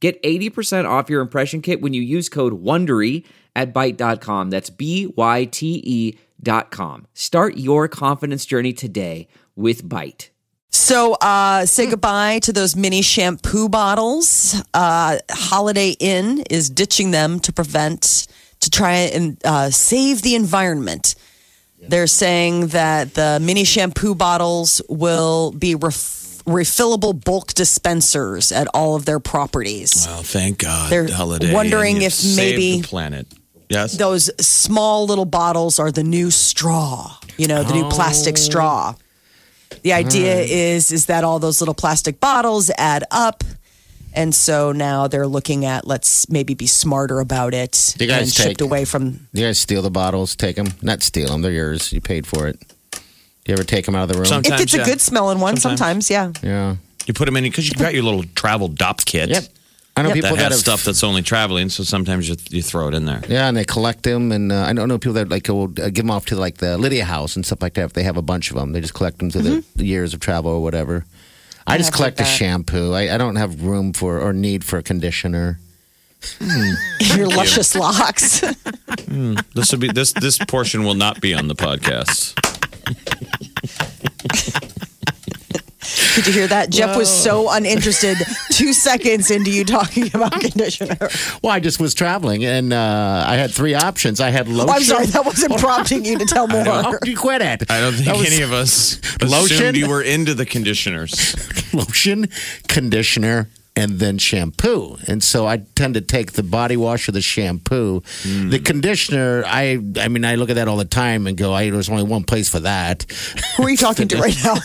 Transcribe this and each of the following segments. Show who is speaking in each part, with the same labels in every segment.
Speaker 1: Get 80% off your impression kit when you use code WONDERY at Byte.com. That's b y t e dot com. Start your confidence journey today with Byte.
Speaker 2: So, uh, say goodbye to those mini shampoo bottles. Uh, Holiday Inn is ditching them to prevent, to try and uh, save the environment. They're saying that the mini shampoo bottles will be ref- refillable bulk dispensers at all of their properties.
Speaker 3: Well, Oh, thank God.
Speaker 2: They're
Speaker 3: holiday.
Speaker 2: wondering
Speaker 3: and you've
Speaker 2: if
Speaker 3: saved
Speaker 2: maybe-
Speaker 3: the planet. Yes.
Speaker 2: Those small little bottles are the new straw, you know, the new plastic straw. The idea is is that all those little plastic bottles add up. And so now they're looking at let's maybe be smarter about it
Speaker 4: You guys
Speaker 2: and shipped
Speaker 4: take-
Speaker 2: away from
Speaker 4: You guys steal the bottles, take them. Not steal them, they're yours. You paid for it. You ever take them out of the room?
Speaker 3: Sometimes.
Speaker 2: if it's a
Speaker 3: yeah.
Speaker 2: good smelling one,
Speaker 3: Sometimes.
Speaker 2: sometimes, yeah.
Speaker 4: Yeah.
Speaker 3: You put them in because you've got your little travel dop kit
Speaker 4: Yep. I know
Speaker 2: Yep.
Speaker 4: people
Speaker 3: that
Speaker 4: that,
Speaker 3: has
Speaker 4: have
Speaker 3: stuff that's only traveling. So sometimes you, you throw it in there.
Speaker 4: Yeah, and they collect them, and uh, I don't know people that like will uh, give them off to like the Lydia House and stuff like that. If they have a bunch of them, they just collect them to
Speaker 3: Mm-hmm.
Speaker 4: the years of travel or whatever. I just collect the shampoo. I, I don't have room for or need for a conditioner.
Speaker 2: Your luscious locks.
Speaker 3: This would be this this portion will not be on the podcast.
Speaker 2: Did you hear that? Jeff was so uninterested two seconds into you talking about conditioner.
Speaker 4: Well, I just was traveling, and uh, I had three options. I had lotion.
Speaker 2: I'm sorry, that wasn't prompting you to tell more.
Speaker 4: you quit it.
Speaker 3: I don't think
Speaker 4: That was
Speaker 3: any of us
Speaker 4: Lotion?
Speaker 3: assumed you were into the conditioners.
Speaker 4: lotion, conditioner, and then shampoo. And so I tend to take the body wash or the shampoo. The conditioner, I I mean, I look at that all the time and go, I, there's only one place for that.
Speaker 2: Who are you talking to right now?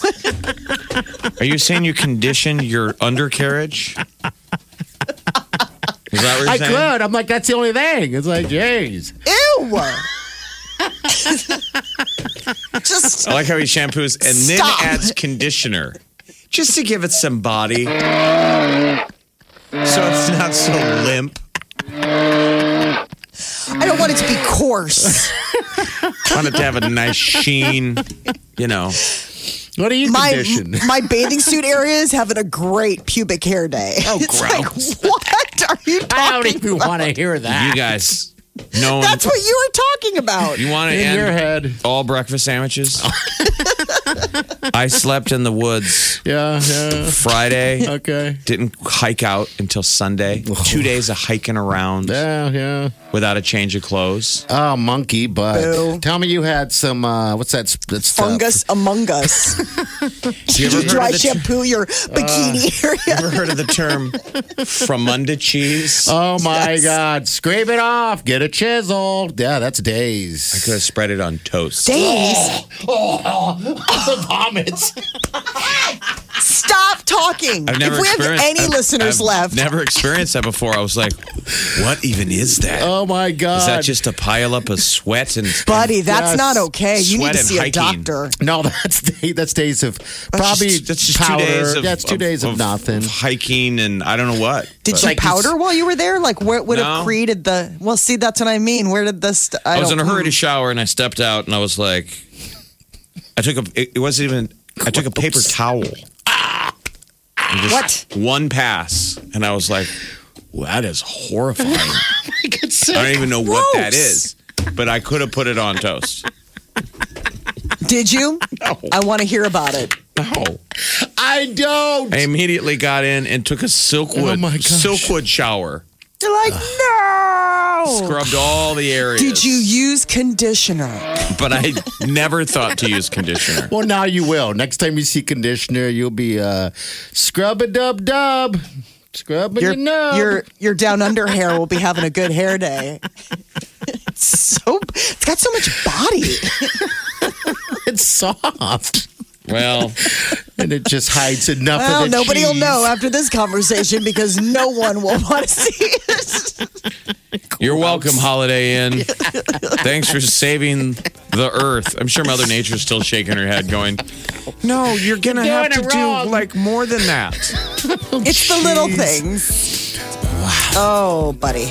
Speaker 3: Are you saying you conditioned your undercarriage? Is that what you're
Speaker 4: I
Speaker 3: saying?
Speaker 4: could. I'm like, that's the only thing. It's like, jeez.
Speaker 2: Ew. Just
Speaker 3: I like how he shampoos and
Speaker 2: Stop.
Speaker 3: then adds conditioner just to give it some body. So it's not so limp.
Speaker 2: I don't want it to be coarse.
Speaker 3: Want it to have a nice sheen, you know.
Speaker 4: What do you
Speaker 2: My
Speaker 4: condition?
Speaker 2: my bathing suit area is having a great pubic hair day. Oh, it's
Speaker 3: gross.
Speaker 2: like what are you
Speaker 4: I don't
Speaker 2: talking?
Speaker 4: even want to hear that.
Speaker 3: You guys know
Speaker 2: That's what you were talking about.
Speaker 3: you want to
Speaker 4: in
Speaker 3: end
Speaker 4: your head.
Speaker 3: all breakfast sandwiches. I slept in the woods
Speaker 4: Yeah, yeah.
Speaker 3: Friday.
Speaker 4: Okay.
Speaker 3: Didn't hike out until Sunday. Two days of hiking around
Speaker 4: Yeah, yeah.
Speaker 3: without a change of clothes.
Speaker 4: Oh, monkey butt.
Speaker 2: Boo.
Speaker 4: Tell me you had some, uh, what's that? sp- That's uh,
Speaker 2: Fungus among us.
Speaker 3: Do you ever heard
Speaker 2: Dry
Speaker 3: of Uh, the t-
Speaker 2: shampoo your bikini area.
Speaker 3: ever heard of the term fromunda cheese?
Speaker 4: Oh my God! Scrape it off. Get a chisel. Yeah, that's days.
Speaker 3: Could have spread it on toast.
Speaker 2: Days.
Speaker 4: vomits.
Speaker 2: Stop talking.
Speaker 3: I've never
Speaker 2: if we have
Speaker 3: experienced-
Speaker 2: any
Speaker 3: I've-
Speaker 2: listeners
Speaker 3: I've
Speaker 2: left,
Speaker 3: Never experienced that before. I was like, what even is that? Is
Speaker 4: Oh my God!
Speaker 3: that just a pile up of sweat and
Speaker 2: buddy, that's
Speaker 4: Yes.
Speaker 2: not okay. You
Speaker 3: Sweat
Speaker 2: need to
Speaker 3: and
Speaker 2: see a
Speaker 3: hiking.
Speaker 2: doctor.
Speaker 4: no? That's day, that's days of probably
Speaker 3: Just- that's just
Speaker 4: powder.
Speaker 3: two days of
Speaker 4: that's two days of, nothing.
Speaker 3: of hiking and I don't know what.
Speaker 2: Did
Speaker 3: But
Speaker 2: you
Speaker 4: like
Speaker 2: powder while you were there? Like, what would have
Speaker 3: No.
Speaker 2: created the? Well, see, that's what I mean. Where did this?
Speaker 3: I was in a
Speaker 2: don't-
Speaker 3: hurry to shower and I stepped out and I was like, I took a. It, it wasn't even. I took a paper towel. And just One pass and I was like, well, that is horrifying.
Speaker 4: Oh,
Speaker 3: I don't even know what that is, but I could have put it on toast.
Speaker 2: Did you? I want to hear about it.
Speaker 3: No.
Speaker 4: I don't.
Speaker 3: I immediately got in and took a silkwood
Speaker 4: Oh my gosh.
Speaker 3: silkwood shower.
Speaker 2: You're like, no.
Speaker 3: Scrubbed all the areas.
Speaker 2: Oh. Did you use conditioner?
Speaker 3: But I never thought to use conditioner.
Speaker 4: Well, now you will. Next time you see conditioner, you'll be uh, scrub a dub dub, scrubbing your,
Speaker 2: Your
Speaker 4: nub.
Speaker 2: your your down under hair will be having a good hair day. It's so it's got so much body.
Speaker 4: it's soft.
Speaker 3: Well,
Speaker 4: and it just hides enough
Speaker 2: Well,
Speaker 4: of the
Speaker 2: nobody will
Speaker 4: cheese.
Speaker 2: know after this conversation because no one will want to see it.
Speaker 3: you're welcome, Holiday Inn. Thanks for saving the earth. I'm sure Mother Nature's still shaking her head, going, "No, you're gonna
Speaker 4: You're
Speaker 3: have to
Speaker 4: doing it wrong."
Speaker 3: do like more than that."
Speaker 2: It's the little things. Oh, buddy,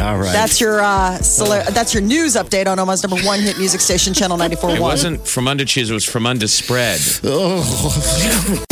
Speaker 4: All right.
Speaker 2: that's your uh, cele- that's your news update on Omaha's number one hit music station, Channel ninety four
Speaker 3: It
Speaker 2: one.
Speaker 3: wasn't from under cheese; it was from under spread.
Speaker 4: Oh.